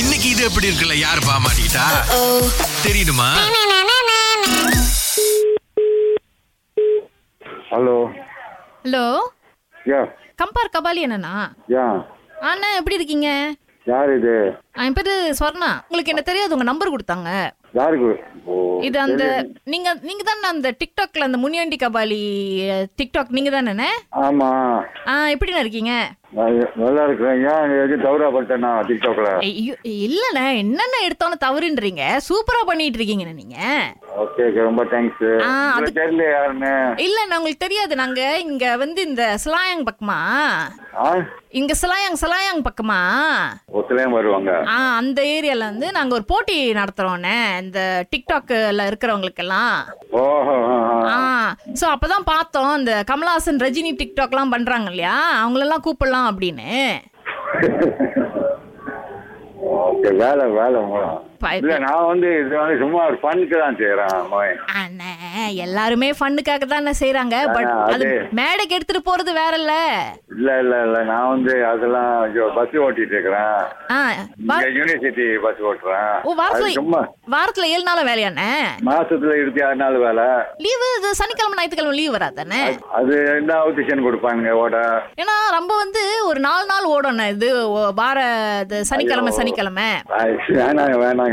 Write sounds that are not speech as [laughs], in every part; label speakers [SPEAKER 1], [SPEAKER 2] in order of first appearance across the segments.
[SPEAKER 1] இன்னைக்கு இது எப்படி இருக்குல்ல யார் பாமாட்டா தெரியுமா
[SPEAKER 2] hello
[SPEAKER 3] hello
[SPEAKER 2] ya
[SPEAKER 3] Kampar Kabali அண்ணனா
[SPEAKER 2] யா
[SPEAKER 3] அண்ணா எப்படி இருக்கீங்க
[SPEAKER 2] யார் இது
[SPEAKER 3] ஆ, என் பேரு ஸ்வர்ணா உங்களுக்கு என்ன தெரியாது உங்க நம்பர் கொடுத்தாங்க
[SPEAKER 2] யாருக்கு ஓ
[SPEAKER 3] இது அந்த நீங்க நீங்க தானே அந்த டிக்டாக்ல அந்த முனியாண்டி கபாலி அஹ், டிக்டாக் நீங்க தானே
[SPEAKER 2] ஆமா
[SPEAKER 3] ஆ எப்படிண்ணா இருக்கீங்க
[SPEAKER 2] நான் நல்லா இருக்கிறேன் ஏன் எதுவும் தவறா பண்ணிட்டேன் நான் டிக்டாக்ல
[SPEAKER 3] ஐயோ இல்லண்ணே என்னென்ன எடுத்தோன்னு தவறுன்றீங்க சூப்பரா பண்ணிட்டு இருக்கீங்கண்ணே நீங்க
[SPEAKER 2] ஓகே ஓகே ரொம்ப தேங்க்ஸ்
[SPEAKER 3] ஆ,
[SPEAKER 2] உங்களுக்கு தெரியல யாருன்னு
[SPEAKER 3] இல்லண்ணா உங்களுக்கு தெரியாது நாங்க இங்க வந்து இந்த சிலாயாங் பக்கமா
[SPEAKER 2] ஆ
[SPEAKER 3] இங்க சிலாயாங் சிலாயாங் பக்கமா
[SPEAKER 2] ஒத்துலையும் வருவாங்க
[SPEAKER 3] ஆ அந்த ஏரியால வந்து நாங்க ஒரு போட்டி நடத்துறோம்ண்ணே இந்த டிக்டாக்ல இருக்கிறவங்களுக்கெல்லாம்
[SPEAKER 2] ஓஹோ ஆ, ஆ.
[SPEAKER 3] ஆ ஸோ அப்பதான் பார்த்தோம் இந்த கமலஹாசன் ரஜினி டிக்டாக்லாம் பண்றாங்க இல்லையா அவங்களெல்லாம் கூப்பிடலாம் அப்படின்னு
[SPEAKER 2] ஓகே வேலை வேலை மூலம்
[SPEAKER 3] பை-
[SPEAKER 2] இல்ல நான் வந்து இது வந்து சும்மா ஒரு ஃபன்க்கு தான் செய்யறேன் மகன்
[SPEAKER 3] அண்ணே எல்லாருமே ஃபண்ணுக்காக தான் செய்யறாங்க பட்
[SPEAKER 2] அண்ணா,
[SPEAKER 3] அது
[SPEAKER 2] அது-
[SPEAKER 3] மேடைக்கு எடுத்துட்டு போறது வேறல்ல
[SPEAKER 2] இல்ல இல்ல இல்ல நான் வந்து அதெல்லாம் பஸ் ஓட்டிட்டு இருக்கிறேன்
[SPEAKER 3] ஆ
[SPEAKER 2] இங்க யூனிவர்சிட்டி பஸ் ஓட்டுறேன்
[SPEAKER 3] ஓ
[SPEAKER 2] அது
[SPEAKER 3] வாரத்துல
[SPEAKER 2] சும்மா
[SPEAKER 3] வாரத்துல ஏழு நாளும் வேலையாண்ணே
[SPEAKER 2] மாசத்துல இருபத்தி ஆறு நாள் வேலை
[SPEAKER 3] லீவு இது சனிக்கிழமை ஞாயிற்றுக்கிழமை லீவு வராதானே
[SPEAKER 2] அது என்ன ஆப்டிஷன் கொடுப்பாங்க ஓட
[SPEAKER 3] ஏன்னா ரொம்ப வந்து ஒரு நாலு நாள் ஓடணும் இது ஓ- வார இது சனிக்கிழமை
[SPEAKER 2] ஐயோ.
[SPEAKER 3] சனிக்கிழமை
[SPEAKER 2] ஐ, வேணாங்க வேணாங்க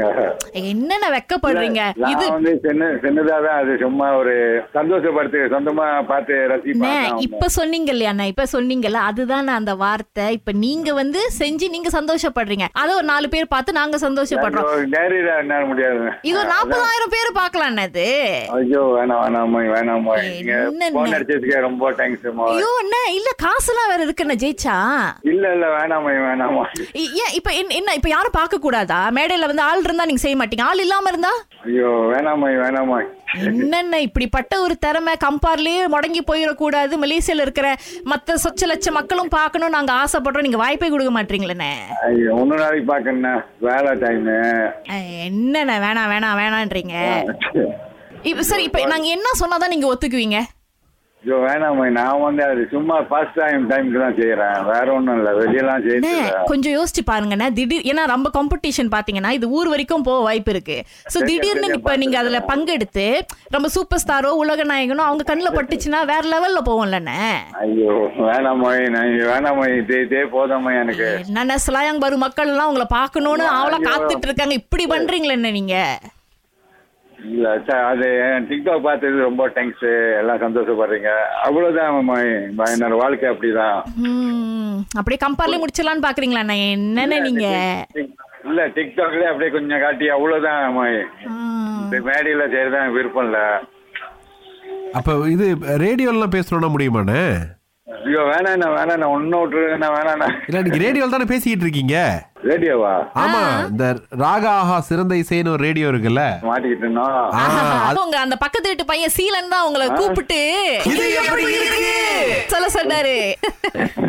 [SPEAKER 3] என்னென்ன வெக்கப்படுறீங்க இது
[SPEAKER 2] நான் வந்து சின்ன சின்னதா தான் அது சும்மா ஒரு சந்தோஷப்படுத்து சொந்தமா பார்த்து
[SPEAKER 3] அண்ணே,
[SPEAKER 2] ரசிப்பேன்
[SPEAKER 3] இப்ப சொன்னீங்க இல்லையாண்ணா இப்ப சொன்னீங்கல்ல அதுதான் அந்த வார்த்தை இப்ப நீங்க வந்து செஞ்சு நீங்க சந்தோஷப்படுறீங்க அத ஒரு நாலு பேர் பார்த்து நாங்க சந்தோஷப்படுறோம்
[SPEAKER 2] நேரில் என்ன முடியாது
[SPEAKER 3] இது ஒரு நாற்பதாயிரம் பேர் பாக்கலாம் இது
[SPEAKER 2] ஐயோ வேணாம் வேணாமா வேணாமா நீங்க
[SPEAKER 3] என்னென்ன?
[SPEAKER 2] போன் அடிச்சதுக்கே ரொம்ப தேங்க்ஸ்மா
[SPEAKER 3] ஐயோ என்ன இல்ல காசுலாம் வேற இருக்குண்ணா ஜெயிச்சா
[SPEAKER 2] இல்ல இல்ல வேணாமா வேணாமா
[SPEAKER 3] இ- ஏன் இப்ப என்ன- என்ன இப்ப யாரும் பார்க்க கூடாதா மேடையில வந்து ஆள் இருந்தா நீங்க செய்ய மாட்டீங்க ஆள் இல்லாம இருந்தா
[SPEAKER 2] ஐயோ வேணாமா வேணாமா
[SPEAKER 3] என்னென்ன இப்படிப்பட்ட ஒரு திறமை கம்பார்லயே முடங்கி போயிடக்கூடாது மலேசியால இருக்கிற மத்த சொச்ச லட்ச மக்களும் பார்க்கணும் நாங்க ஆசைப்படுறோம் நீங்க வாய்ப்பே கொடுக்க மாட்டீங்களேண்ணே
[SPEAKER 2] ஐயோ இன்னொரு நாளைக்கு பாக்கணும்னா வேலை டைம்
[SPEAKER 3] அஹ், என்னண்ணே வேணாம் வேணாம் வேணான்றீங்க இப்ப சரி இப்ப நாங்க என்ன சொன்னாதான் நீங்க ஒத்துக்குவீங்க
[SPEAKER 2] [laughs] ஐயோ வேணாமா நான் வந்து அது சும்மா ஃபர்ஸ்ட் டைம் டைமுக்கு தான் செய்யறேன் வேற ஒண்ணும் இல்ல வெளியெல்லாம்
[SPEAKER 3] அண்ணே,
[SPEAKER 2] செய்யல
[SPEAKER 3] கொஞ்சம் யோசிச்சு பாருங்கண்ணே திடீர் ஏன்னா ரொம்ப காம்படிஷன் பாத்தீங்கன்னா இது ஊர் வரைக்கும் போக வாய்ப்பு இருக்கு சோ
[SPEAKER 2] சரியா,
[SPEAKER 3] திடீர்னு
[SPEAKER 2] சரியா
[SPEAKER 3] இப்ப நீங்க அதுல பங்கெடுத்து ரொம்ப சூப்பர் ஸ்டாரோ உலக நாயகனோ அவங்க கண்ணுல பட்டுச்சுன்னா வேற லெவல்ல போவோம்லண்ணே
[SPEAKER 2] ஐயோ வேணாமா நான் வேணாமா இதே இதே போதாமா எனக்கு
[SPEAKER 3] என்னென்ன சிலாயாங் பாரு மக்கள் எல்லாம் உங்களை பார்க்கணும்னு அவளா காத்துட்டு இருக்காங்க இப்படி பண்றீங்களே என்ன நீங்க
[SPEAKER 2] இல்ல ச- அது டிக்டாக் பார்த்தது ரொம்ப தேங்க்ஸ் எல்லாம் சந்தோஷப்படுறீங்க அவ்வளவுதான் மாமி. ம- என்னோட வாழ்க்கை அப்படிதான்
[SPEAKER 3] ஹம், அப்படியே கம்பேர்லயே முடிச்சிடலாம்னு பாக்குறீங்களா அண்ணா? என்னென்ன நீங்க
[SPEAKER 2] டிக்- இல்ல டிக்டாக்ல அப்படியே கொஞ்சம் காட்டி அவ்வளவுதான் மாமி.
[SPEAKER 3] ஹம்.
[SPEAKER 2] இந்த மேடையில செய்யறதான் விருப்பம் இல்ல
[SPEAKER 4] அப்ப இது ரேடியோல பேசணும்னா முடியுமாண்ணே
[SPEAKER 2] ஐயோ வேணாண்ணா வேணாண்ணா ஒன்னும் விட்டுருங்கண்ணா வேணாண்ணா
[SPEAKER 4] இல்ல நீங்க ரேடியோல தானே பேசிக்கிட்டு இருக்கீங்க
[SPEAKER 2] ரேடியோவா
[SPEAKER 4] ஆமா இந்த ராகா ஆஹா சிறந்த இசைன்னு ஒரு ரேடியோ இருக்குல்ல
[SPEAKER 2] மாட்டிக்கிட்டேன்னா
[SPEAKER 4] ஆ, அது-
[SPEAKER 3] அது உங்க அந்த பக்கத்து வீட்டு பையன் சீலன் தான் உங்களை கூப்பிட்டு
[SPEAKER 4] இது எப்படி இருக்கு? [laughs]
[SPEAKER 3] சொல்ல சொன்னாரு